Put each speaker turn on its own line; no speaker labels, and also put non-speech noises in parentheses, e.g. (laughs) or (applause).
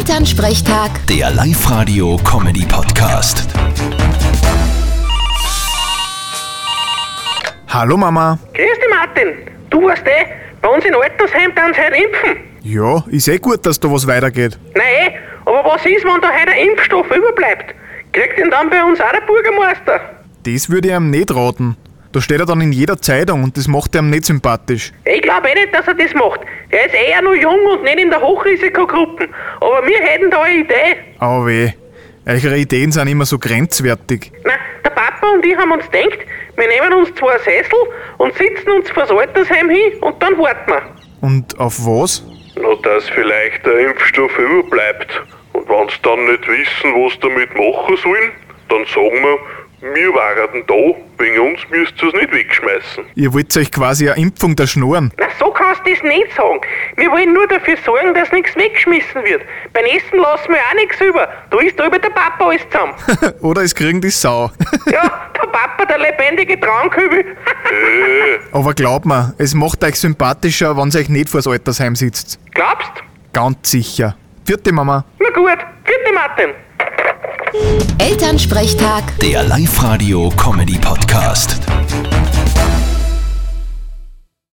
Elternsprechtag,
Der Live-Radio-Comedy-Podcast.
Hallo Mama.
Grüß dich, Martin. Du weißt eh, bei uns in Altersheim dann heute impfen.
Ja, ist eh gut, dass da was weitergeht.
Nein, eh, aber was ist, wenn da heute ein Impfstoff überbleibt? Kriegt den dann bei uns auch der Bürgermeister?
Das würde ich ihm nicht raten. Da steht er dann in jeder Zeitung und das macht ihm nicht sympathisch.
Ich glaube eh nicht, dass er das macht. Der ist eher nur jung und nicht in der Hochrisikogruppe. Aber wir hätten da eine Idee.
Aber weh. Eure Ideen sind immer so grenzwertig.
Na, der Papa und ich haben uns gedacht, wir nehmen uns zwei Sessel und sitzen uns vors Altersheim hin und dann warten wir.
Und auf was?
Na, dass vielleicht der Impfstoff überbleibt. Und wenn sie dann nicht wissen, was damit machen sollen, dann sagen wir, wir waren da, wegen uns müsst ihr es nicht wegschmeißen.
Ihr wollt euch quasi eine Impfung der Schnurren.
Na, so kannst du das nicht sagen. Wir wollen nur dafür sorgen, dass nichts weggeschmissen wird. Beim Essen lassen wir auch nichts über. Da ist da über der Papa alles zusammen.
Oder es kriegen die Sau. (laughs)
ja, der Papa, der lebendige Traunkübel.
Aber glaub mir, es macht euch sympathischer, wenn ihr euch nicht vors Altersheim sitzt.
(laughs) Glaubst?
Ganz sicher. Vierte Mama.
Na gut, vierte Martin.
Elternsprechtag.
Der Live-Radio-Comedy-Podcast.